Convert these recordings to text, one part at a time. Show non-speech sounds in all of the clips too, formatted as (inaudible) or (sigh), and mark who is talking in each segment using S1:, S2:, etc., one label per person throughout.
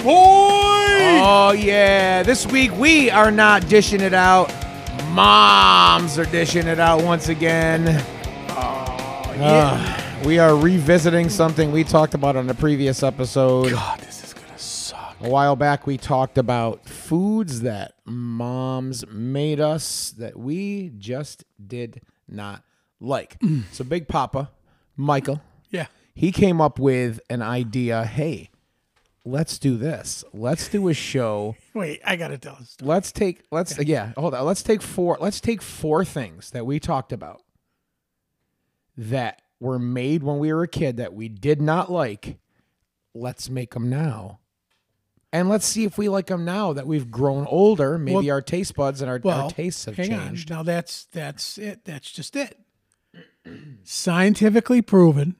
S1: point.
S2: Oh yeah! This week we are not dishing it out. Moms are dishing it out once again. Ah, we are revisiting something we talked about on the previous episode.
S1: God, this is gonna suck.
S2: A while back, we talked about foods that moms made us that we just did not like. So, Big Papa, Michael,
S1: Yeah.
S2: he came up with an idea. Hey, let's do this. Let's do a show.
S1: Wait, I gotta tell this.
S2: Let's take let's yeah, hold on. Let's take four let's take four things that we talked about that were made when we were a kid that we did not like. Let's make them now. And let's see if we like them now that we've grown older. Maybe
S1: Well-
S2: our taste buds and our, our tastes have
S1: hang on.
S2: changed.
S1: Now that's that's it. That's just it. Scientifically proven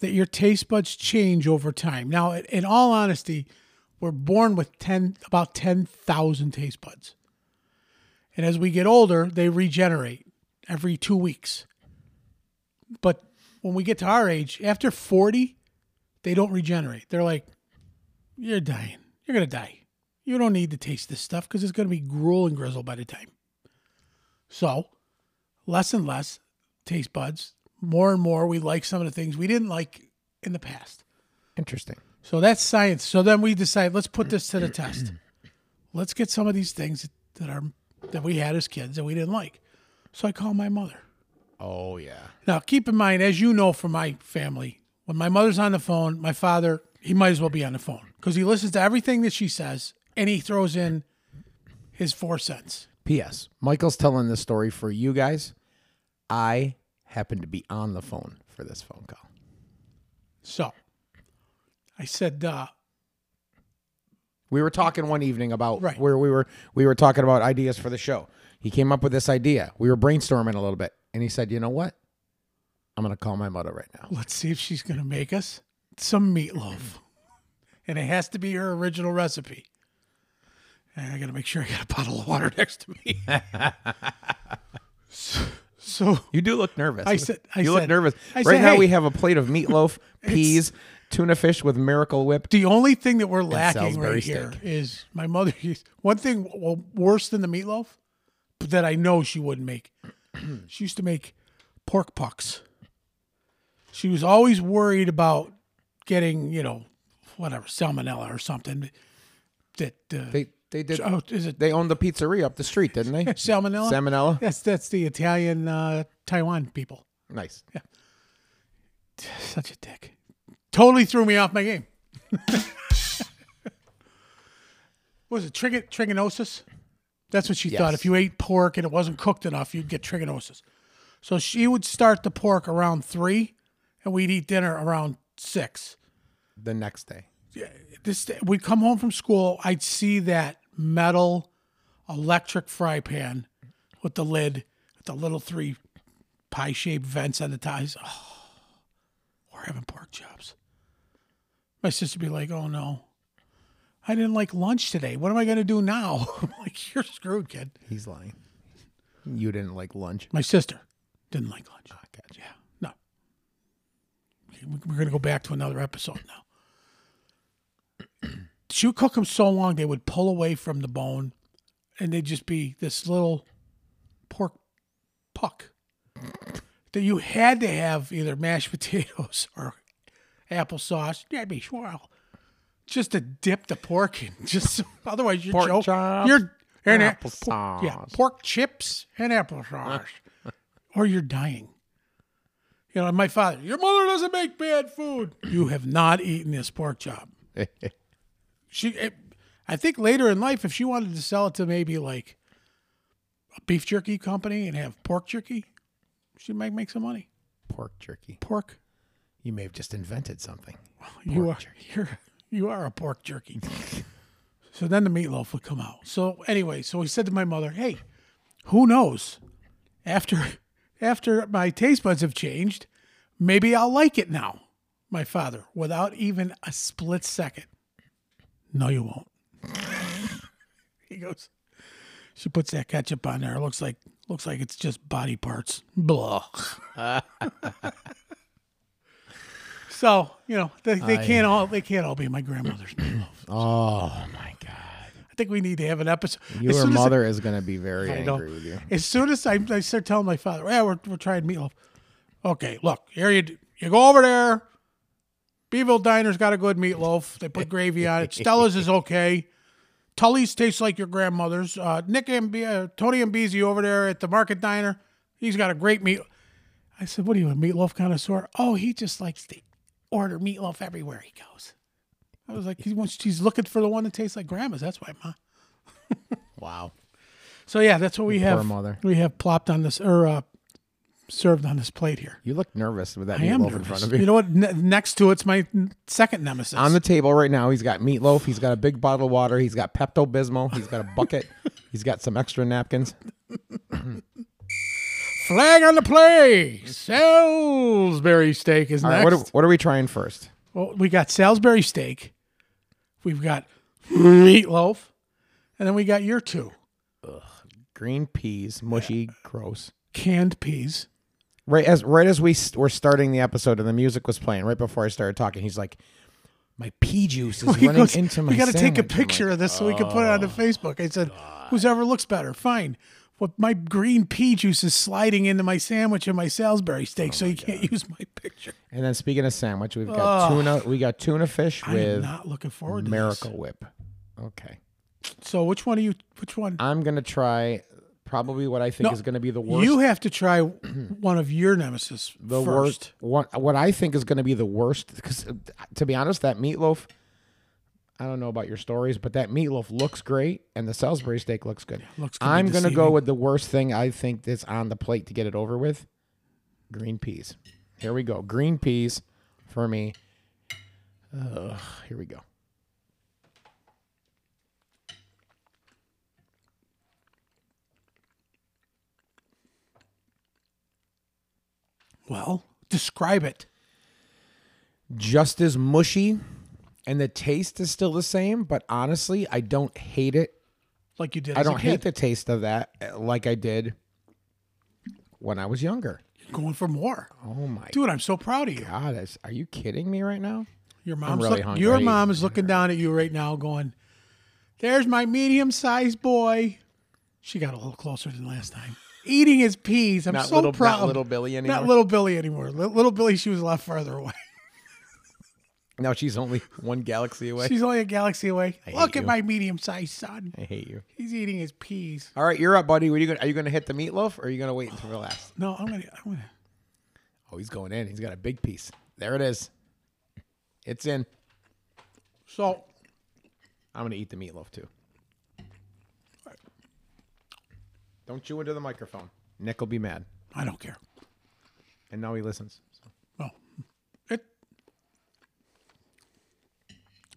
S1: that your taste buds change over time. Now, in- in all honesty, we're born with ten about ten thousand taste buds, and as we get older, they regenerate every two weeks. But when we get to our age, after forty, they don't regenerate. They're like, you're dying. You're gonna die. You don't need to taste this stuff because it's gonna be gruel and grizzle by the time. So, less and less taste buds. More and more, we like some of the things we didn't like in the past.
S2: Interesting.
S1: So that's science. So then we decide let's put this to the test. Let's get some of these things that are that we had as kids that we didn't like. So I call my mother.
S2: Oh yeah.
S1: Now, keep in mind, as you know from my family, when my mother's on the phone, my father, he might as well be on the phone because he listens to everything that she says and he throws in his four cents.
S2: P.S. Michael's telling this story for you guys. I happened to be on the phone for this phone call.
S1: So I said, uh,
S2: We were talking one evening about
S1: Right.
S2: where we were we were talking about ideas for the show. He came up with this idea. We were brainstorming a little bit, and he said, "You know what? I'm going to call my mother right now."
S1: let's see if she's going to make us some meatloaf. And it has to be her original recipe. And I got to make sure I got a bottle of water (laughs) next to me. so, so
S2: (laughs) You do look nervous.
S1: I said- I
S2: you look
S1: said-
S2: nervous.
S1: I
S2: right
S1: said,
S2: now,
S1: "Hey."
S2: we have a plate of
S1: (laughs)
S2: meatloaf, peas, tuna fish with Miracle Whip.
S1: The only thing that we're lacking
S2: Salisbury
S1: right here is my mother. (laughs) used- One thing well, worse than the meatloaf but that I know she wouldn't make. (clears throat) she used to make pork pucks. She was always worried about getting, you know, whatever salmonella or something. That uh,
S2: They they did
S1: oh, is it (laughs)
S2: they owned the pizzeria up the street, didn't they?
S1: salmonella?
S2: Salmonella.
S1: That's that's the Italian uh, Taiwan people.
S2: Nice.
S1: Such a dick. Totally threw me off my game. (laughs) What was it trigon- trigonosis? That's what she thought.
S2: Yes.
S1: If you ate pork and it wasn't cooked enough, you'd get trigonosis. So she would start the pork around three, and we'd eat dinner around six.
S2: The next day.
S1: This we'd come home from school. I'd see that metal electric fry pan with the lid, with the little three pie-shaped vents on the ties. Oh, we're having pork chops. My sister'd be like, "Oh no, I didn't like lunch today. What am I going to do now?" (laughs) I'm like, "You're screwed, kid."
S2: He's lying. You didn't like lunch.
S1: My sister didn't like lunch.
S2: Ah, gotcha.
S1: Yeah, no. We- We're going to go back to another episode now. (clears throat) she would cook them so long they would pull away from the bone, and they'd just be this little pork puck that you had to have either mashed (laughs) potatoes or applesauce. That'd be swell. Just to dip the pork in, (laughs) just otherwise you're
S2: Pork
S1: joking.
S2: chops
S1: You're and
S2: and
S1: apple
S2: applesauce.
S1: yeah, pork chips and applesauce, or you're dying. You know, and my father, your mother doesn't make bad food. You have not eaten this pork chop. She, it, I think later in life, if she wanted to sell it to maybe like a beef jerky company and have pork jerky, she might make some money.
S2: (laughs) Pork jerky.
S1: Pork,
S2: You may have just invented something.
S1: you are you're you are a pork jerky. so then the meatloaf would come out. So anyway, so he said to my mother, "Hey, who knows? After (laughs) after my taste buds have changed, maybe I'll like it now." My father, without even a split second, "No, you won't." (laughs) he goes. She puts that ketchup on there. It looks like looks like it's just body parts. Blah. (laughs) So you know they, they can't all they can't all be my grandmother's meatloaf.
S2: Oh my god.
S1: I think we need to have an episode. as
S2: Your
S1: soon as I-
S2: mother is going to be very
S1: I know.
S2: angry with you.
S1: As soon as I, I start telling my father, yeah, we're, we're trying meatloaf. Okay, look, here you d- you go over there. Beeville Diner's got a good meatloaf. They put gravy on it. Stella's is
S2: (laughs)
S1: okay. Tully's tastes like your grandmother's. Uh, Nick and uh, Tony Ambizzi over there at the Market Diner, he's got a great meat. I said, "What are you, a meatloaf connoisseur?" Oh, he just likes to order meatloaf everywhere he goes. I was like, he wants, he's looking for the one that tastes like grandma's. That's why, ma.
S2: Wow.
S1: So yeah, that's what we
S2: Poor
S1: have.
S2: mother.
S1: We have plopped on this or uh, served on this plate here.
S2: You look nervous with that
S1: I am
S2: meatloaf in
S1: nervous.
S2: front of
S1: you
S2: you.
S1: know what? Ne- next to it's my n- second nemesis.
S2: On the table right now, he's got meatloaf. He's got a big bottle of water. He's got Pepto Bismol. He's got a
S1: (laughs)
S2: bucket. he's got some extra napkins.
S1: flag on the play. Salisbury steak is
S2: All
S1: next.
S2: right, what are, what are we trying first?
S1: well, we got Salisbury steak. We've got meatloaf, and then we got your two
S2: Green peas, mushy, gross.
S1: canned peas.
S2: Right as right as we st- were starting the episode and the music was playing, right before I started talking, he's like, "My pea juice is
S1: (laughs) He
S2: running
S1: goes,
S2: into my."
S1: we gotta take a
S2: sandwich." I'm like, "Oh,
S1: picture of this so we can put it on the Facebook. I said, whoever looks better, fine. But my green pea juice is sliding into my sandwich and my Salisbury steak,
S2: Oh
S1: so you can't use my picture.
S2: And then speaking of sandwich, we've got tuna. We got tuna fish
S1: I'm
S2: (laughs) with
S1: not looking forward to
S2: Miracle Whip. Okay,
S1: this. So which one are you? Which one?
S2: I'm gonna try probably what I think
S1: No,
S2: is gonna be the worst.
S1: You have to
S2: (clears throat)
S1: try one of your nemesis
S2: the
S1: first.
S2: worst. What what I think is gonna be the worst because to be honest, that meatloaf. I don't know about your stories, but that meatloaf looks great, and the Salisbury steak looks good.
S1: looks can be
S2: I'm gonna go
S1: deceiving.
S2: with the worst thing I think that's on the plate to get it over with: green peas. Here we go, green peas for me. Ugh, here we go.
S1: Well, describe it.
S2: just as mushy and the taste is still the same but honestly i don't hate it
S1: Like you did.
S2: i
S1: as a
S2: don't hate
S1: kid.
S2: the taste of that uh, like i did when i was younger
S1: Going for more,
S2: oh my
S1: dude. I'm so proud of you.
S2: god is- are you kidding me right now
S1: Your mom's
S2: really
S1: look-
S2: hungry.
S1: your
S2: I-
S1: mom is looking down at you right now, going, "There's my medium-sized boy." She got a little closer than last time. Eating his peas. I'm
S2: Not
S1: so
S2: little- not
S1: proud.
S2: little Billy anymore?
S1: Not little Billy anymore. Li- little Billy, she was a lot farther away. (laughs)
S2: now she's only one galaxy away
S1: She's only a galaxy away. Look
S2: hate
S1: at
S2: you.
S1: my medium-sized son.
S2: (laughs) i hate you
S1: He's eating his peas.
S2: all right you're up buddy what are you gonna are you gonna hit the meatloaf or are you gonna wait until the last
S1: No, I'm gonna. I'm gonna.
S2: oh he's going in he's got a big piece there it is it's in
S1: So
S2: i'm gonna eat the meatloaf too don't chew into the microphone nick will be mad
S1: I don't care.
S2: and now he listens. So.
S1: Well, it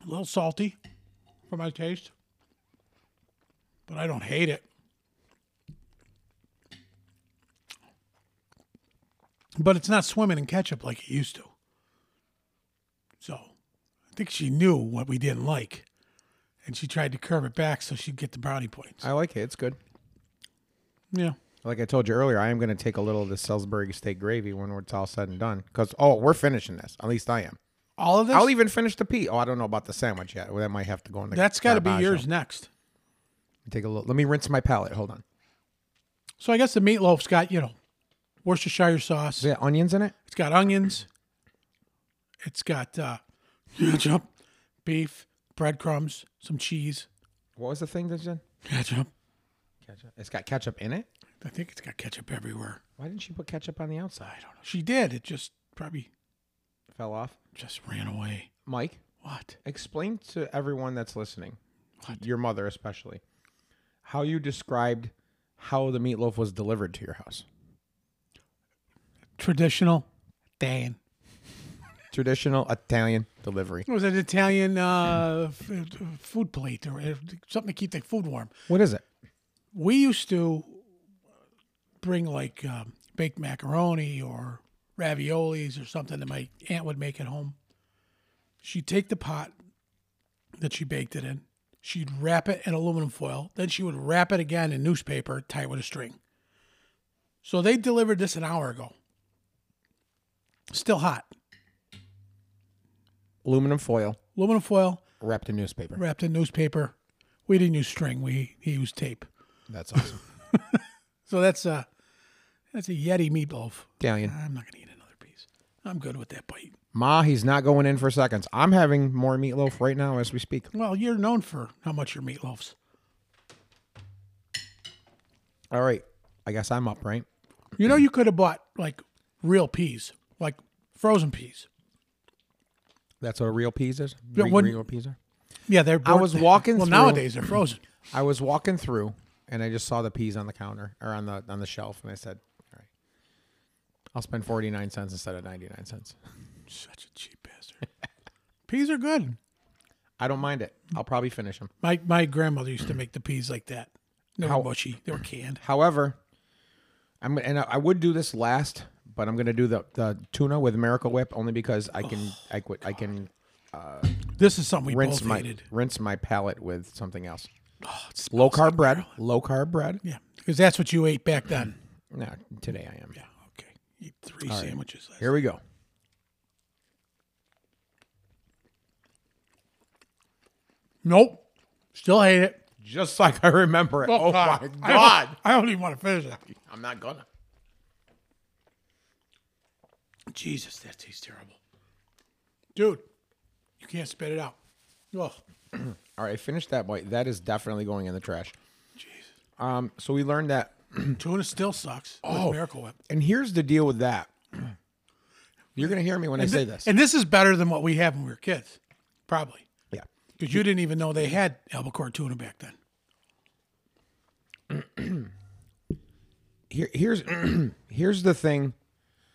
S1: a little salty for my taste, but I don't hate it. But it's not swimming in ketchup like it used to. So I think she knew what we didn't like, and she tried to curve it back so she'd get the brownie points.
S2: I like it. It's good.
S1: yeah.
S2: Like I told you earlier, I am going to take a little of the Salisbury steak gravy when it's all said and done. Because oh, we're finishing this. At least I am.
S1: All of this?
S2: I'll even finish the pea. Oh, I don't know about the sandwich yet. Well, that might have to go in the.
S1: that's got to be
S2: garbaggio.
S1: yours next.
S2: Take a look. Let me rinse my palate. Hold on.
S1: So I guess the meatloaf's got, you know, Worcestershire sauce.
S2: Is there onions in it?
S1: It's got onions. It's got uh, ketchup, beef, breadcrumbs, some cheese.
S2: What was the thing that you said?
S1: Ketchup.
S2: Ketchup. It's got ketchup in it.
S1: I think it's got ketchup everywhere.
S2: Why didn't she put ketchup on the outside?
S1: I don't know. She did. It just probably
S2: Fell off.
S1: just ran away.
S2: Mike,
S1: What?
S2: explain to everyone that's listening,
S1: What?
S2: your mother especially, how you described how the meatloaf was delivered to your house.
S1: Traditional. Dan.
S2: traditional Italian delivery.
S1: It was an Italian uh, f- f- food plate or uh, something to keep the food warm.
S2: What is it?
S1: we used to bring like um, baked macaroni or raviolis or something that my aunt would make at home. She'd take the pot that she baked it in, she'd wrap it in aluminum foil, then she would wrap it again in newspaper, tie it with a string. So they delivered this an hour ago. Still hot.
S2: Aluminum foil.
S1: Aluminum foil.
S2: wrapped in newspaper.
S1: wrapped in newspaper. We didn't use string. We he used tape.
S2: That's
S1: (laughs)
S2: awesome.
S1: So that's a that's a Yeti meatloaf.
S2: Italian.
S1: I'm not gonna eat another piece. I'm good with that bite.
S2: Ma, he's not going in for seconds. I'm having more meatloaf right now as we speak.
S1: Well, you're known for how much your meatloafs.
S2: All right. I guess I'm up, right?
S1: You know, you could have bought like real peas, like frozen peas.
S2: That's what a real peas is?
S1: Yeah,
S2: Re-
S1: when-
S2: real peas are?
S1: Yeah, they're.
S2: I was walking
S1: Well,
S2: through-
S1: nowadays they're (clears throat) frozen.
S2: I was walking through and I just saw the peas on the counter or on the on the shelf and I said, All right. I'll spend forty nine cents instead of ninety nine cents.
S1: Such a cheap bastard. peas are good.
S2: I don't mind it. I'll probably finish them.
S1: My my grandmother used to make the peas like that. They were
S2: How-
S1: mushy. They were canned.
S2: However, I'm and I, I would do this last, but I'm gonna do the, the tuna with Miracle Whip only because I
S1: Oh,
S2: can I could I can
S1: This is something we
S2: rinse
S1: both
S2: my
S1: hated.
S2: rinse my palate with something else.
S1: Oh, it smells-
S2: Low carb bread. Low carb bread.
S1: Yeah, because that's what you ate back then.
S2: No, today I am.
S1: Yeah. Okay. Eat three sandwiches. Last.
S2: Here we go.
S1: Nope. Still hate it.
S2: Just like I remember it. Oh,
S1: God.
S2: my
S1: I don't-
S2: god.
S1: I don't even want to finish that.
S2: I'm not gonna.
S1: Jesus, that tastes terrible. Dude, you can't spit it out. Oh,
S2: All right, finish that bite. That is definitely going in the trash.
S1: Jesus.
S2: Um, so we learned that,
S1: Mm, Tuna still sucks. Oh,
S2: Oh.
S1: Miracle Whip.
S2: and here's the deal with that. (clears throat) You're gonna hear me when I say this.
S1: And this is better than what we had when we were kids, probably.
S2: Yeah.
S1: Because you didn't even know they had albacore tuna back then.
S2: Here, here's (clears throat) here's the thing.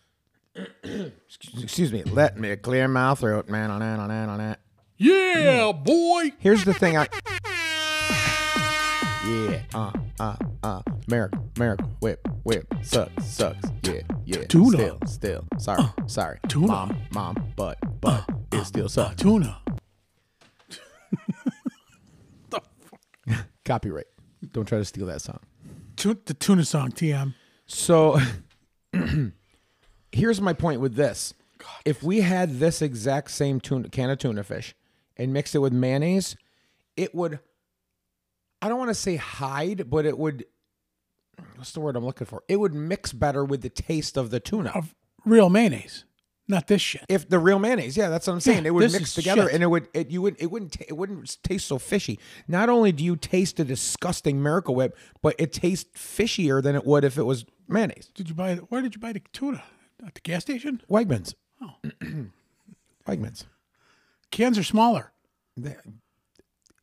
S2: (clears throat) Excuse me. Let me clear my throat, man. On that, on that, on that.
S1: Yeah, boy.
S2: Here's the thing. I yeah. Uh uh uh. Miracle, miracle, whip, whip. Sucks, sucks. Yeah, yeah.
S1: Tuna.
S2: Still, still. Sorry, sorry.
S1: tuna.
S2: Mom, mom. But, but it still sucks.
S1: Tuna.
S2: Copyright. Don't try to steal that song.
S1: Tu- the tuna song, TM.
S2: So (clears throat) here's my point with this. If we had this exact same tuna, can of tuna fish and mixed it with mayonnaise, it would, I don't want to say hide, but it would, what's the word I'm looking for? It would mix better with the taste of the tuna.
S1: Of real mayonnaise, not this shit.
S2: If the real mayonnaise, yeah, that's what I'm saying.
S1: Yeah,
S2: it would
S1: this
S2: mix
S1: is
S2: together,
S1: shit.
S2: and it would it you would it wouldn't ta- it wouldn't taste so fishy. Not only do you taste the disgusting Miracle Whip, but it tastes fishier than it would if it was mayonnaise.
S1: Did you buy it? Where did you buy the tuna? At the gas station?
S2: Wegmans.
S1: (clears throat)
S2: Oh. Wegmans.
S1: Cans are smaller.
S2: They-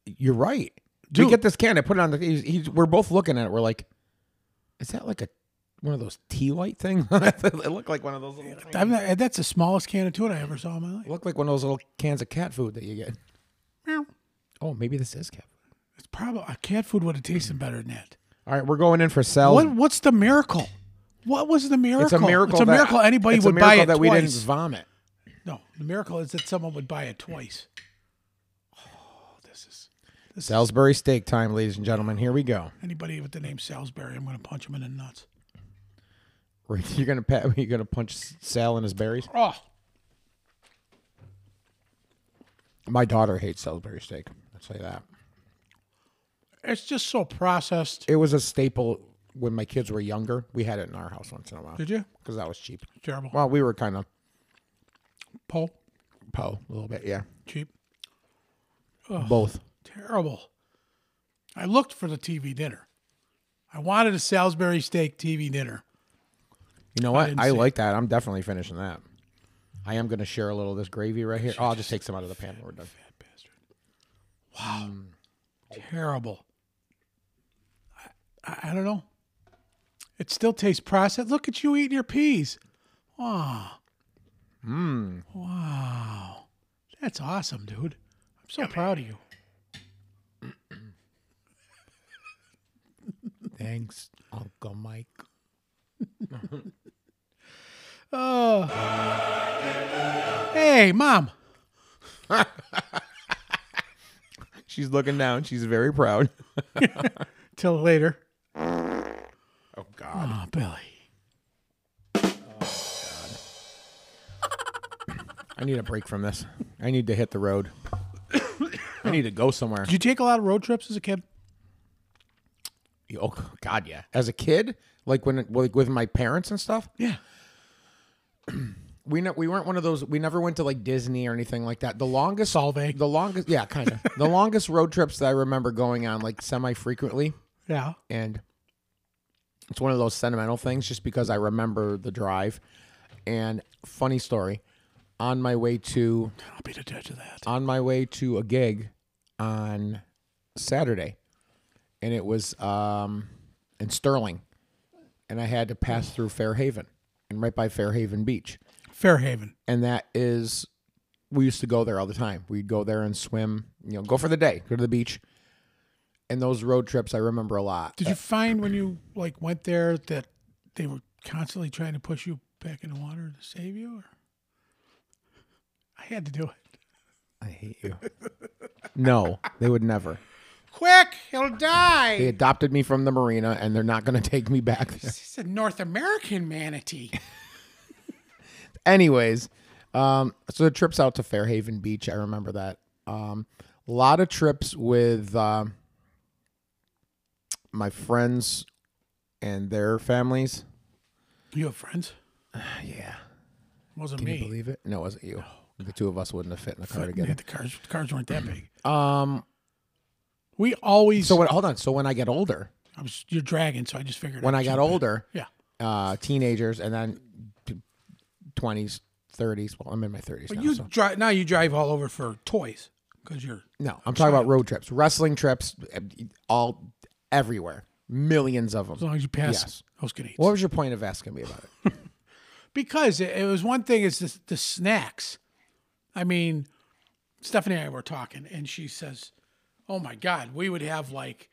S2: You're right.
S1: Dude.
S2: We get this can. I put it on the. He's, he's, we're both looking at it. We're like, is that like a one of those tea light things? (laughs) it looked like one of those. Little
S1: I've not, that's the smallest can of tuna I ever saw in my life.
S2: it looked like one of those little cans of cat food that you get.
S1: Meow.
S2: Oh, maybe this is cat. food.
S1: It's probably uh, cat food would have
S2: Mm.
S1: tasted better than that.
S2: All right, we're going in for sell.
S1: What what's the miracle? What was the miracle?
S2: Oh. It's a miracle.
S1: It's a
S2: that-
S1: miracle anybody
S2: it's a
S1: would
S2: miracle
S1: buy it
S2: that we
S1: twice.
S2: didn't vomit.
S1: no, the miracle is that someone would buy it twice. Oh, this is
S2: Salisbury steak time, ladies and gentlemen. Here we go. (laughs)
S1: anybody with the name Salisbury. I'm going to punch him in the nuts.
S2: Right, You're gonna pat, (laughs) you're gonna punch Sal in his berries.
S1: Oh,
S2: My daughter hates Salisbury steak. I'll say that.
S1: it's just so processed.
S2: It was a staple when my kids were younger. We had it in our house once in a while
S1: Did you?
S2: because that was cheap.
S1: Terrible.
S2: Well, we were kind of
S1: Paul,
S2: po a little bit, yeah.
S1: cheap.
S2: Both.
S1: Terrible. I looked for the TV dinner. I wanted a Salisbury steak TV dinner.
S2: You know what?
S1: didn't
S2: I,
S1: see
S2: like that. I'm definitely finishing that. I am going to share a little of this gravy right here. Oh, I'll just take some out of the pan when we're done.
S1: That bastard. Wow. Terrible. I, I, I don't know. It still tastes processed. Look at you eating your peas. Wow. Mmm. Wow. That's awesome, dude. I'm so proud of you.
S2: Thanks, Uncle Mike.
S1: Oh. Hey, mom.
S2: (laughs) She's looking down. She's very proud.
S1: Till later.
S2: Oh, God.
S1: Oh, Billy.
S2: I need a break from this. I need to hit the road. (coughs) I need to go somewhere.
S1: Did you take a lot of road trips as a kid?
S2: Oh God, yeah. As a kid, like when like with my parents and stuff,
S1: Yeah.
S2: we ne- we weren't one of those. We never went to like Disney or anything like that. The longest
S1: Solvay.
S2: the longest, yeah, kind of the longest road trips that I remember going on like semi frequently,
S1: Yeah.
S2: and it's one of those sentimental things just because I remember the drive. And funny story, on my way to
S1: I'll be the judge of that.
S2: on my way to a gig on Saturday, and it was um, in Sterling, and I had to pass through Fairhaven and right by Fairhaven Beach,
S1: Fairhaven.
S2: and that is we used to go there all the time. We'd go there and swim, you know, go for the day, go to the beach, and those road trips I remember a lot.
S1: Did you find when you like went there that they were constantly trying to push you back in the water to save you? Or? I had to do it.
S2: I hate you. (laughs) no, they would never.
S1: Quick, he'll die.
S2: They adopted me from the marina, and they're not going to take me back. (laughs) there.
S1: It's a North American manatee.
S2: anyways um so the trips out to fairhaven beach i remember that um a lot of trips with um my friends and their families
S1: You have friends?
S2: yeah
S1: Wasn't
S2: can
S1: me.
S2: you believe it no it wasn't you the two of us wouldn't have fit in the car
S1: Yeah,
S2: together
S1: the cars, the cars weren't that big.
S2: um
S1: We always.
S2: so when, hold on so when i get older
S1: I was, you're dragging, so I just figured.
S2: when
S1: I'd
S2: i got
S1: jump in.
S2: older
S1: Yeah.
S2: uh teenagers and then t- 20s 30s well i'm in my 30s now,
S1: But you
S2: so-
S1: drive now. You drive all over for toys because you're
S2: No, I'm talking about road trips, wrestling trips, e, all everywhere, millions of
S1: as
S2: them.
S1: long as you pass
S2: Yes.
S1: those can eat.
S2: What was your point of asking me about it?
S1: because it, it was one thing is the, the snacks. I mean, Stephanie and I were talking, and she says, "Oh my God, we would have like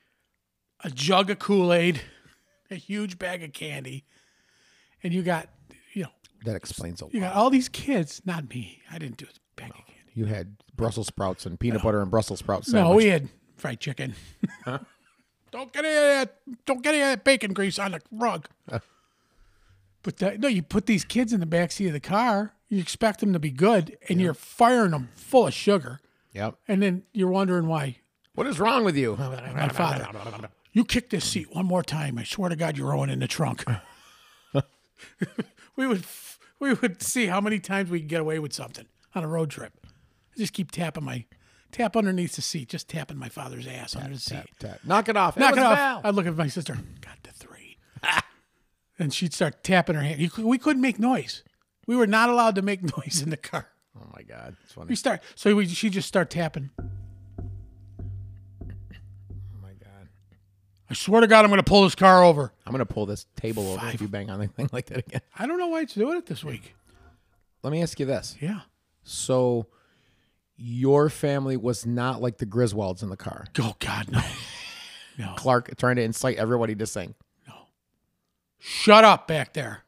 S1: a jug of Kool Aid, (laughs) a huge bag of candy, and you got you know
S2: That explains a lot.
S1: you got all these kids. Not me. I didn't do a bag of candy.
S2: You had Brussels sprouts and peanut butter and Brussels sprouts.
S1: No, we had fried chicken. (laughs) don't get any of that. Don't get any of that bacon grease on the rug. but that, no, you put these kids in the back seat of the car. You expect them to be good, and you're firing them full of sugar,
S2: Yep.
S1: and then you're wondering why.
S2: What is wrong with you?
S1: My father, you kick this seat one more time. I swear to God, you're going in the trunk. (laughs) we would f- we would see how many times we could get away with something on a road trip. I just keep tapping my tap underneath the seat, just tapping my father's ass under the seat.
S2: Tap. Knock it off.
S1: Knock
S2: was
S1: it off. Uh,
S2: Val.
S1: I'd look at my sister. Got to
S2: (laughs)
S1: three. and she'd start tapping her hand. You cou- We couldn't make noise. We were not allowed to make (laughs) noise in the car.
S2: Oh my God, it's
S1: We
S2: funny.
S1: start. So we, she'd just start tapping.
S2: Oh my God.
S1: I swear to God, I'm going to pull this car over.
S2: I'm gonna pull this table over if you bang on anything like that again.
S1: I don't know why it's doing it this week.
S2: Let me ask you this:
S1: Yeah.
S2: So, your family was not like the Griswolds in the car.
S1: Oh God, no. No.
S2: Clark trying to incite everybody to sing. (laughs)
S1: Shut up back there.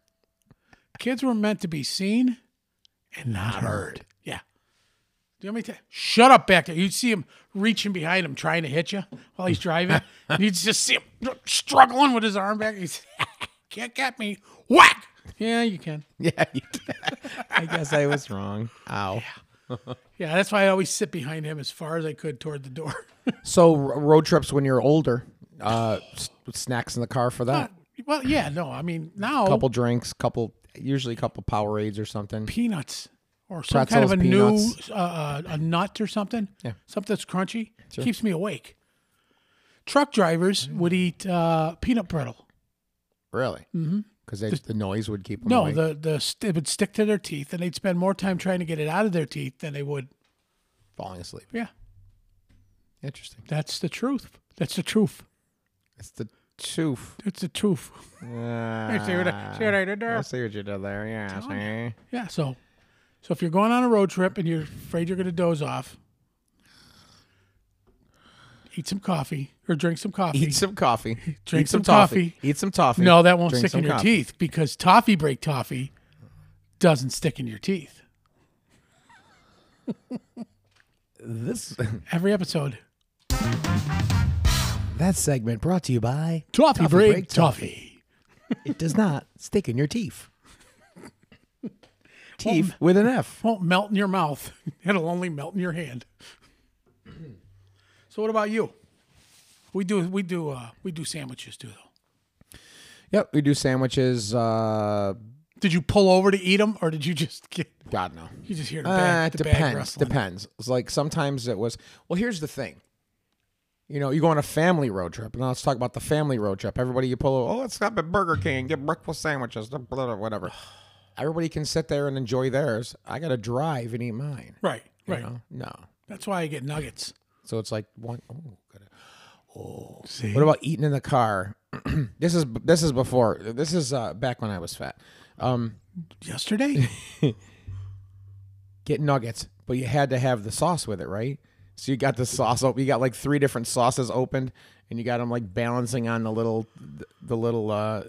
S1: Kids were meant to be seen and not heard. Yeah. Do you want me to shut up back there? You'd see him reaching behind him trying to hit you while he's driving. (laughs) and you'd just see him struggling with his arm back. He's (laughs) can't get me. Whack! Yeah, you can.
S2: Yeah, you can. I guess I was wrong. Ow.
S1: Yeah, that's why I always sit behind him as far as I could toward the door. (laughs)
S2: So r- road trips when you're older, uh, s- snacks in the car for that.
S1: well, yeah, Oh. no, I mean now
S2: Couple drinks, couple usually a couple Powerades or something.
S1: peanuts or some kind of a
S2: Pretzels, peanuts.
S1: new uh, uh, a nut or something.
S2: Yeah.
S1: Something that's crunchy keeps me awake. Truck drivers
S2: Mm.
S1: would eat uh, peanut
S2: Oh,
S1: brittle.
S2: Really? Because mm the noise would keep them
S1: Mm-hmm. No,
S2: awake.
S1: the the st- it would stick to their teeth, and they'd spend more time trying to get it out of their teeth than they would.
S2: falling asleep.
S1: Yeah,
S2: Interesting.
S1: that's the truth. That's the truth.
S2: It's the
S1: (laughs)
S2: tooth.
S1: That's the truth.
S2: Yeah.
S1: see what I- see what I did there?
S2: Ah. I see what you did there. Yeah. see?
S1: Yeah. So, so if you're going on a road trip and you're afraid you're going to doze off, eat some coffee or drink some coffee.
S2: Eat some coffee.
S1: Drink
S2: Eat
S1: some
S2: toffee.
S1: toffee.
S2: Eat some toffee.
S1: No, that won't
S2: Drink
S1: stick
S2: some
S1: in your
S2: coffee.
S1: teeth because toffee break toffee doesn't stick in your teeth. (laughs)
S2: This
S1: Every episode,
S2: that segment brought to you by
S1: toffee, break,
S2: Break
S1: toffee.
S2: It does not stick in your teeth. Teeth with an F.
S1: (laughs) won't melt in your mouth. It'll only melt in your hand. (clears throat) So what about you? We do we do uh, we do sandwiches too though.
S2: Yep, we do sandwiches. Uh,
S1: Did you pull over to eat them, or did you just get
S2: God no.
S1: you just hear the
S2: Uh,
S1: bag,
S2: it
S1: the bag
S2: depends.
S1: rustling?
S2: Depends. It's like sometimes it was. Well, here's the thing. You know, you go on a family road trip. Now let's talk about the family road trip. Everybody, you pull. Oh, let's stop at Burger King and get breakfast sandwiches. blah, blah, blah, (sighs) Whatever. Everybody can sit there and enjoy theirs. I got to drive and eat mine.
S1: Right,
S2: You
S1: right.
S2: know? No.
S1: That's why I get nuggets.
S2: So it's like one. Oh, good.
S1: See,
S2: What about eating in the car? (clears throat) this is this is before. This is uh, back when I was fat. Um, (laughs)
S1: yesterday,
S2: get nuggets, but you had to have the sauce with it, right? So you got the sauce open. You got like three different sauces opened, and you got them like balancing on the little, the little, uh,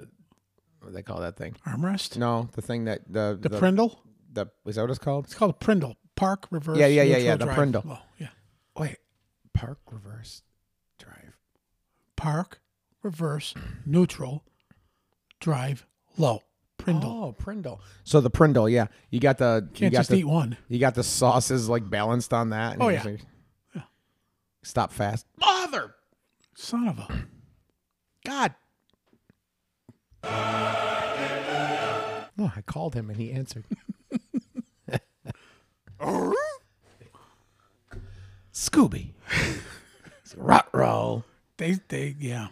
S2: what do they call that thing?
S1: armrest,
S2: No, the thing that the
S1: the,
S2: the, the,
S1: Prindle.
S2: is that what it's called?
S1: It's called a Prindle Park Reverse.
S2: Yeah, yeah, yeah,
S1: neutral
S2: yeah, the
S1: drive.
S2: Prindle.
S1: Well, yeah,
S2: Wait, park reverse drive.
S1: Park Reverse Neutral Drive Low Prindle.
S2: Oh, Prindle. So the Prindle, yeah. You got the you
S1: Can't
S2: got
S1: just
S2: the
S1: eat one.
S2: you got the sauces like balanced on that. and
S1: Oh,
S2: you're just
S1: yeah.
S2: like- Stop fast.
S1: Bother, son of a.
S2: God. No, Oh, I called him and he answered. Scooby. Rot roll.
S1: They, they, yeah.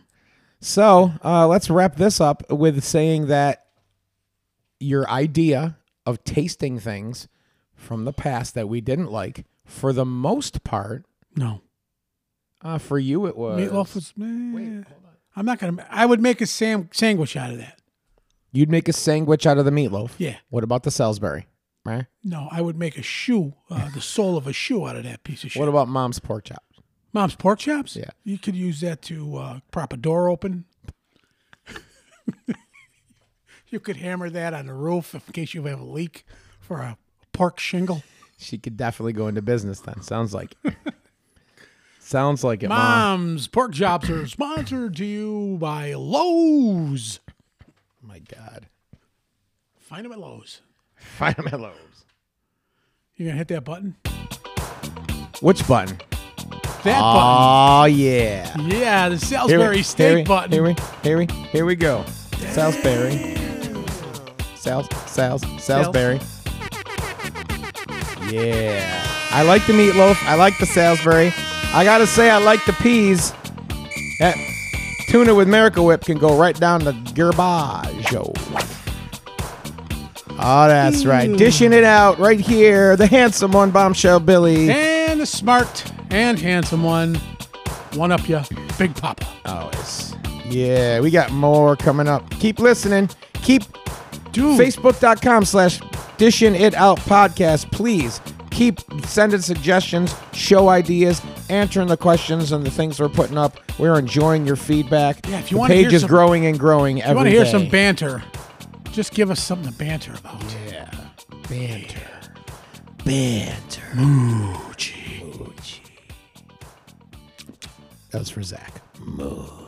S2: So uh, let's wrap this up with saying that your idea of tasting things from the past that we didn't like, for the most part,
S1: No,
S2: uh, for you it was
S1: meatloaf was. meh.
S2: Wait, hold on.
S1: I'm not gonna. I would make a sam sandwich out of that.
S2: You'd make a sandwich out of the meatloaf.
S1: Yeah.
S2: What about the Salisbury? Right.
S1: No, I would make a shoe, uh, the sole of a shoe out of that piece
S2: (laughs)
S1: of shit.
S2: What about mom's pork chop?
S1: Mom's pork chops.
S2: Yeah.
S1: you could use that to uh, prop a door open. (laughs) you could hammer that on the roof in case you have a leak for a pork shingle.
S2: She could definitely go into business then. Sounds like. it. Sounds like it, mom.
S1: Mom's pork chops are sponsored to you by Lowe's.
S2: My God.
S1: Find them at Lowe's.
S2: Find 'em at Lowe's.
S1: You're gonna hit that button.
S2: Which button?
S1: That
S2: Oh yeah.
S1: button. Yeah, the
S2: Here we-
S1: Salisbury steak
S2: here we,
S1: button.
S2: Here we, here we, here we go. Salisbury. Sals, Sals, Salisbury. Yeah. I like the meatloaf. I like the Salisbury. I gotta say, I like the peas. That tuna with Miracle Whip can go right down the garbage. Oh, that's right. Dishing it out right here. The handsome one, Bombshell Billy.
S1: and a smart and handsome one. One up ya, Big Papa.
S2: Always. Oh, Yeah, we got more coming up. Keep listening. Keep
S1: Dude,
S2: facebook.com slash dishing it out podcast. Please keep sending suggestions, show ideas, answering the questions and the things we're putting up. We're enjoying your feedback.
S1: Yeah, if you
S2: the
S1: wanna hear
S2: page is
S1: some-
S2: growing and growing every
S1: you want to hear
S2: day.
S1: some banter? Just give us something to banter about.
S2: Yeah. Banter. Banter. Moochie. That was for Zach. Moochie.